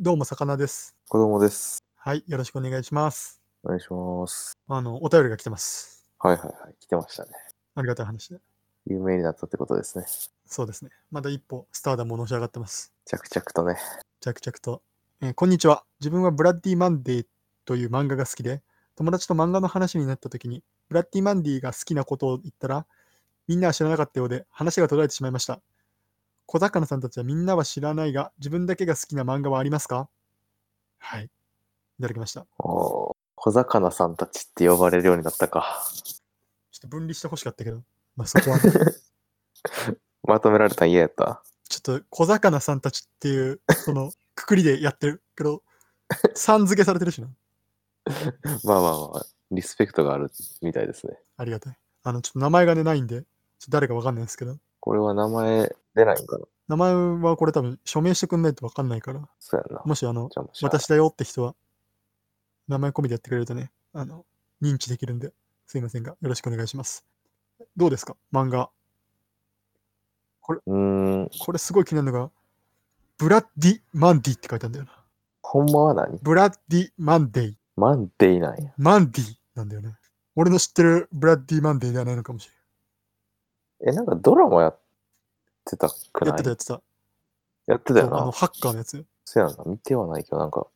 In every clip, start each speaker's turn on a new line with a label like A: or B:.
A: どうも魚です。
B: 子供です。
A: はい、よろしくお願いします。
B: お願いします。
A: あの、お便りが来てます。
B: はいはいはい。来てましたね。
A: ありがたい話で。
B: 有名になったってことですね。
A: そうですね。まだ一歩、スターダムをのし上がってます。
B: 着々とね。
A: 着々と、えーこんにちは。自分はブラッディ・マンデーという漫画が好きで、友達と漫画の話になった時に、ブラッディ・マンディが好きなことを言ったら、みんなは知らなかったようで、話が途絶えてしまいました。小魚さんたちはみんなは知らないが、自分だけが好きな漫画はありますかはい。いただきました。
B: おー小魚さんたちって呼ばれるようになったか。
A: ちょっと分離してほしかったけど、まあ、そこはね、
B: まとめられたん嫌やった。
A: ちょっと小魚さんたちっていう、そ の、くくりでやってるけど、さん付けされてるしな。
B: まあまあまあ、リスペクトがあるみたいですね。
A: ありがたい。あの、ちょっと名前がね、ないんで、ちょっと誰かわかんないんですけど、
B: これは名前出ないんかな。
A: 名前はこれ多分署名してくんないとわかんないから、
B: そうやんな。
A: もしあの、
B: じゃあもうしゃあ
A: 私だよって人は、名前込みでやってくれるとね、あの、認知できるんで、すいませんが、よろしくお願いします。どうですか漫画。
B: うーん。
A: これすごい気になるのが、ブラッディ・マンディって書いてあるんだよな。
B: ほんまは何
A: ブラッディ・マンデイ。
B: マンデーなんや。
A: マンディなんだよね。俺の知ってるブラッディ・マンディではないのかもしれない。
B: え、なんかドラマやってたく
A: や
B: な
A: って
B: い
A: たやってた。
B: やってたよ
A: あの
B: な。
A: ハッカーのやつ。
B: そうやんな。見てはないけど、なんか、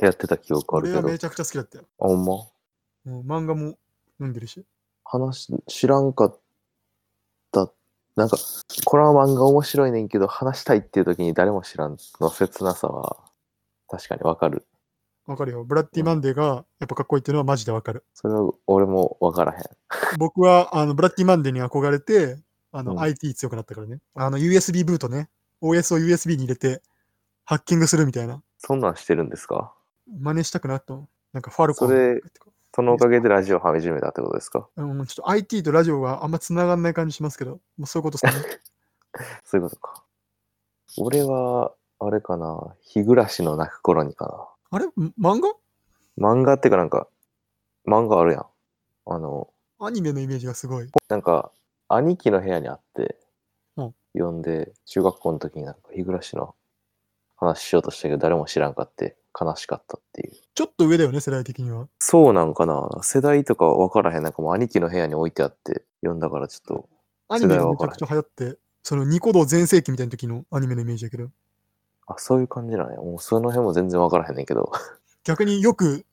B: やってた記憶ある
A: 俺
B: け
A: は
B: ど。
A: め
B: あ
A: ちゃくちゃ好きだったよ。
B: ほんま
A: もう漫画も読んでるし。
B: 話知らんかったなんかこの漫画面白いねんけど話したいっていう時に誰も知らんの切なさは確かにわかる
A: わかるよ。ブラッディ・マンデーがやっぱかっこいいっていうのはマジでわかる。
B: それは俺もわからへん
A: 僕はあのブラッディ・マンデーに憧れて、あの、
B: うん
A: IT 強くなったからね。あの USB ブートね。OS を USB に入れてハッキングするみたいな。
B: そんなんしてるんですか
A: 真似したくなったもんなんかファルコン
B: それそのおかげでラジオはめ始めたってことですか
A: うん、ちょっと IT とラジオがあんま繋がんない感じしますけど、もうそういうことですね。
B: そういうことか俺はあれかな日暮らしの泣く頃にか
A: あれ漫
B: な漫画っていうかなんか漫画あるやんあの
A: 画アニメのイメージがすごい。
B: なんか兄貴の部屋にあって、
A: うん
B: 呼んで中学校の時になんか日暮らしの話しようとしたけど誰も知らんかって悲しかったっていう
A: ちょっと上だよね、世代的には。
B: そうなんかな世代とか分からへんなんかもう兄貴の部屋に置いてあって呼んだからちょっと
A: アニメ
B: 世代
A: が
B: は
A: め
B: 分
A: ちゃ
B: から
A: くちゃ流行って、そのニコ動全盛期みたいな時のアニメのイメージだけど、
B: あそういう感じなんやもうその辺も全然分からへんねんけど
A: 逆によく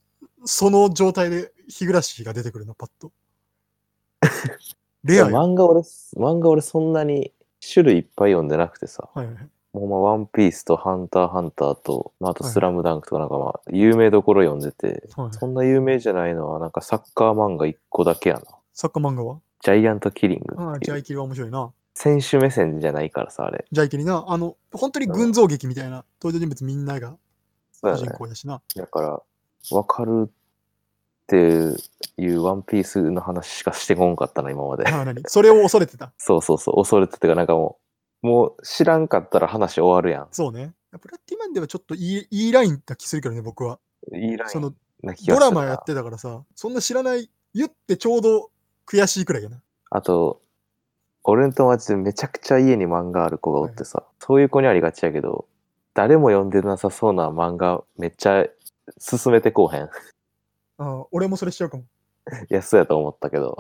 A: その状態で日暮らしが出てくるの、パッ と。レアよ。
B: 漫画俺漫画俺そんなに種類いっぱい読んでなくてさ
A: はいはいはい。
B: もうまあワンピースとハンターハンターと、まあ、あと
A: はい
B: スラムダンクとかなんかまあ有名どころ読んでて
A: はいはい
B: そんな有名じゃないのはなんかサッカー漫画1個だけやな
A: サッカー漫画は
B: ジャイアントキリング
A: ああ、
B: って
A: ジ
B: い
A: ャ
B: う
A: イキリは面白いな。
B: 選手目線じゃないからさあれ
A: ジャイキリな。あの、本当に群像劇みたいな、登場人物みんなが
B: そう
A: 主
B: だ,、ね
A: 人、公だしな。
B: だから分かるっていうワンピースの話しかしてこんかったな今まで
A: ああ、何それを恐れてた。
B: そうそうそう恐れててかなんかもうもう知らんかったら話終わるや
A: そうね。ブラッティマンではちょっといいいいラインだ気するけどね、僕は。
B: んいいライ
A: その
B: ンな気が
A: ド
B: する
A: ラマや
B: な
A: ってたからさ、そんな知らない、言ってちょうど悔しいくらいやな。
B: あと俺の友達でめちゃくちゃ家に漫画ある子がおってさ、そういう子にありがちやけど誰も読んでなさそうな漫画めっちゃ進めてこうへん
A: ああ、俺もそれしちゃうかも。
B: いや、そうやと思ったけ ど。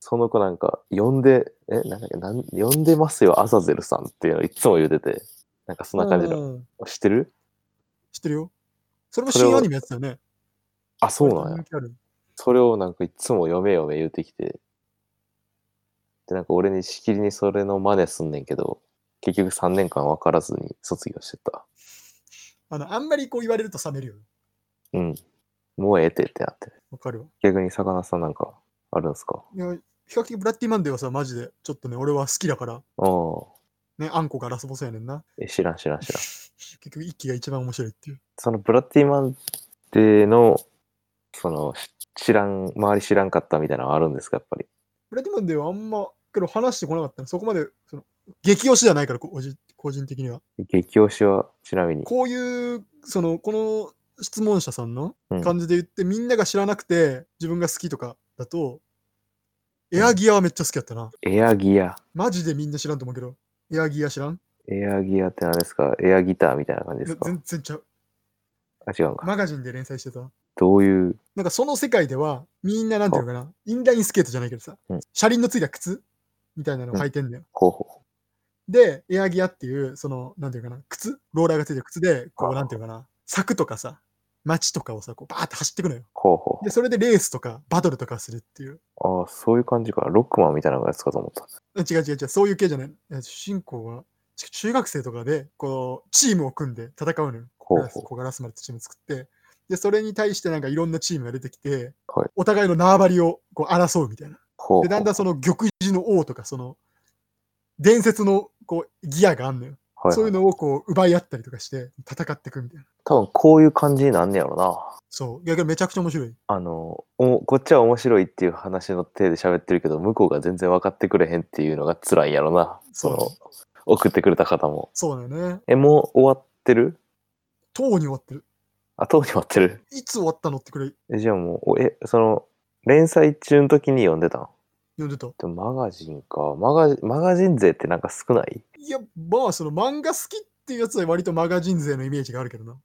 B: その子なんか、呼んで、え、なんだっけ、なん呼んでますよ、アザゼルさんっていうのいつも言うてて、なんかそんな感じの、
A: うん
B: 知ってる
A: 知ってるよ。それも
B: それを
A: 新アニメやってたよね。
B: あ、そうなんや
A: 人。気ある
B: それをなんかいつも読め読め言うてきて、で、なんか俺にしきりにそれの真似すんねんけど、結局3年間分からずに卒業してた。
A: あの、あんまりこう言われると冷めるよね。
B: うん。もうええてってなって。
A: わかるわ。
B: 逆に魚さんなんかあるんすか
A: いや、比較的ブラッディマンデーはさ、マジで、ちょっとね、俺は好きだから、
B: ああ。
A: ね、あんこがラスボスやねんな。
B: え、知らん知らん知らん。
A: 結局、一期が一番面白いっていう。
B: そのブラッディマンデーの、その、し知らん、周り知らんかったみたいなのはあるんですか、やっぱり。
A: ブラッディマンデーはあんま、けど話してこなかったの。そこまで、その、激推しじゃないから、こ個人個人的には。
B: 激推しは、ちなみに。
A: こういう、その、この質問者さんの
B: うん
A: 感じで言って、みんなが知らなくて、自分が好きとかだと、エアギアはめっちゃ好きやったな。
B: エアギア。
A: マジでみんな知らんと思うけど、エアギア知らん
B: エアギアって何ですかエアギターみたいな感じですか
A: 全然ちゃう。
B: あ、違うんか。
A: マガジンで連載してた。
B: どういう、
A: なんかその世界では、みんななんていうのかな、インラインスケートじゃないけどさ、
B: うん
A: 車輪のついた靴みたいなのを履いてんだよ。
B: 方法
A: で、エアギアっていう、その、なんていうかな、靴ローラーがついた靴で、こ
B: あ
A: う、
B: あ
A: なんていうかな、柵とかさ、街とかをさ、こうバーって走ってくのよ。
B: ほうほ
A: で、それでレースとか、バトルとかするっていう。
B: う。ああ、そういう感じか。ロックマンみたいなやつかと思った。
A: 違う違う違う、そういう系じゃない。え主人公は、ち中学生とかで、こう、チームを組んで戦うのよ。
B: ほ
A: ガ
B: う
A: ラス
B: ほ
A: コガラスマルってチーム作って、で、それに対してなんかいろんなチームが出てきて、
B: はい
A: お互いの縄張りをこう争うみたいな。
B: ほう。
A: で、だんだんその玉璽の王とか、その、伝説のこうギアがあんのよ。
B: はい、
A: そういうのをこう奪い合ったりとかして、戦っていくみたいな。
B: 多分こういう感じになんねやろな。
A: そう。逆にめちゃくちゃ面白い。
B: あのおこっちは面白いっていう話の手で喋ってるけど向こうが全然分かってくれへんっていうのが辛いんやろなその送ってくれた方も
A: そうだよね。
B: えもう終わってる
A: とうに終わってる。
B: あとうに終わってる
A: いつ終わったのってくらい
B: えじゃあもうおえその連載中の時に読んでたん
A: 読んでた。
B: でもマガジンかマガジンマガジン勢ってなんか少ない
A: いや、まあ、その漫画好きっていうやつは割とマガジン勢のイメージがあるけどな。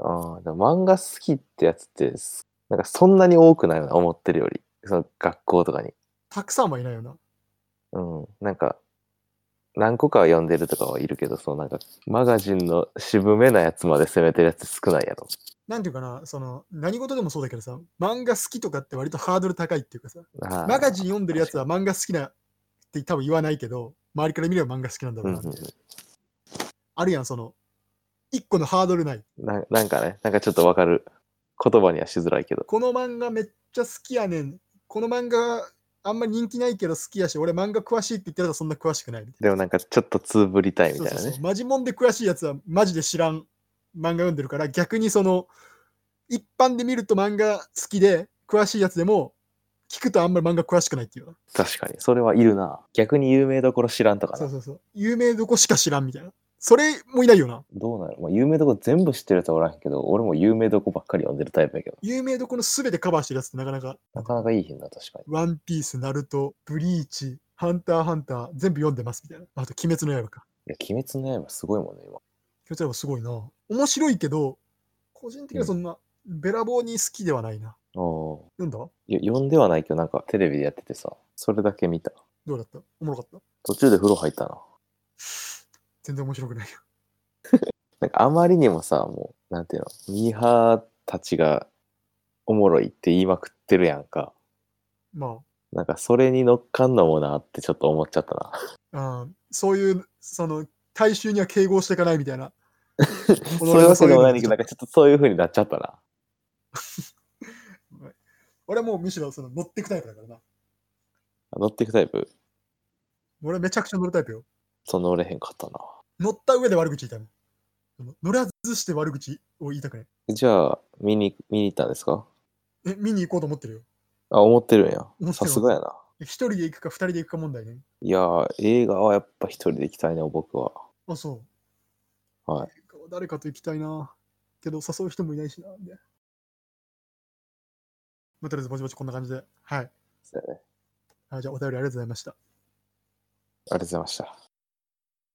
B: ああでも漫画好きってやつってすなんかそんなに多くないよな思ってるよりその学校とかに
A: たくさんはいないよな。
B: うん、なんか何個かは読んでるとかはいるけどそのなんかマガジンの渋めなやつまで攻めてるやつ少ないやろ
A: なんていうかな、その、何事でもそうだけどさ、漫画好きとかって割とハードル高いっていうかさ、
B: あー
A: マガジン読んでるやつは漫画好きなって多分言わないけど、周りから見れば漫画好きなんだ
B: う
A: ろうんな
B: う
A: っ
B: ん
A: て。あるやん、その、一個のハードルない。
B: ななんかねなんかちょっとわかる言葉にはしづらいけど
A: この漫画めっちゃ好きやねん。この漫画あんまり人気ないけど好きやし、俺漫画詳しいって言ってたらそんな詳しくないみたい
B: でもなんかちょっとつぶりたい
A: な。
B: みたいな
A: そうそうそ
B: ね
A: うマジモンで詳しいやつはマジで知らん漫画読んでるから、逆にその、一般で見ると漫画好きで詳しいやつでも、聞くとあんまり漫画詳しくないっていうな。
B: 確かにそれはいるな逆に有名どころ知らんとか
A: そう
B: な
A: そうそう。有名どこしか知らんみたいな。それもいないよな。
B: どうなる、まあ、有名どころ全部知ってるやつはおらんけど俺も有名どこばっかり読んでるタイプやけど
A: 有名どころの全てカバーしてるやつってなかなか、
B: なかなかいい品だ確かに
A: ワンピース、ナルト、ブリーチ、ハンター、ハンター、全部読んでますみたいな。あと、鬼滅の刃か。
B: いや鬼滅の刃すごいもんね今
A: 鬼滅の刃すごいな。面白いけど、個人的にはそんな、べらぼうに好きではないな。
B: おー
A: 読んだど
B: いや読んではないけどなんかテレビでやっててさそれだけ見た
A: うだったおもろかった
B: 途中で風呂入ったな。
A: 全然面白くないよ。
B: なんかあまりにもさ、もう、なんていうの、ミーハーたちがおもろいって言いまくってるやんか。
A: ま
B: なんかそれに乗っかんのもなってちょっと思っちゃったな。
A: あ、あーそういう、その、大衆には敬語をしていかないみたい な。
B: そういうわけでもないんだけ
A: 俺
B: ど、なんかちょっとそういう風になっちゃったな。
A: 俺はもうむしろその乗っていくタイプだからな。
B: 乗っていくタイプ、
A: 俺はめちゃくちゃ乗るタイプよ。
B: そんな乗れへんかったな。
A: 乗った上で悪口言いたいもんその。乗らずして悪口を言いたくない。
B: じゃあ、見に、見に行ったんですか
A: え、見に行こうと思ってるよ。
B: あ、思ってるん
A: 思
B: や。
A: って
B: さ
A: る
B: すがやな。
A: 一人で行くか二人で行くか問題ね。
B: いやー、映画はやっぱ一人で行きたいな、僕は。
A: あ、そう。
B: はい。
A: 誰かと行きたいな。けど誘う人もいないしな。でまあ、とりあえずぼちぼちこんな感じで。はい。
B: そうやね
A: はい、じゃあお便りありがとうございました。
B: ありがとうございました。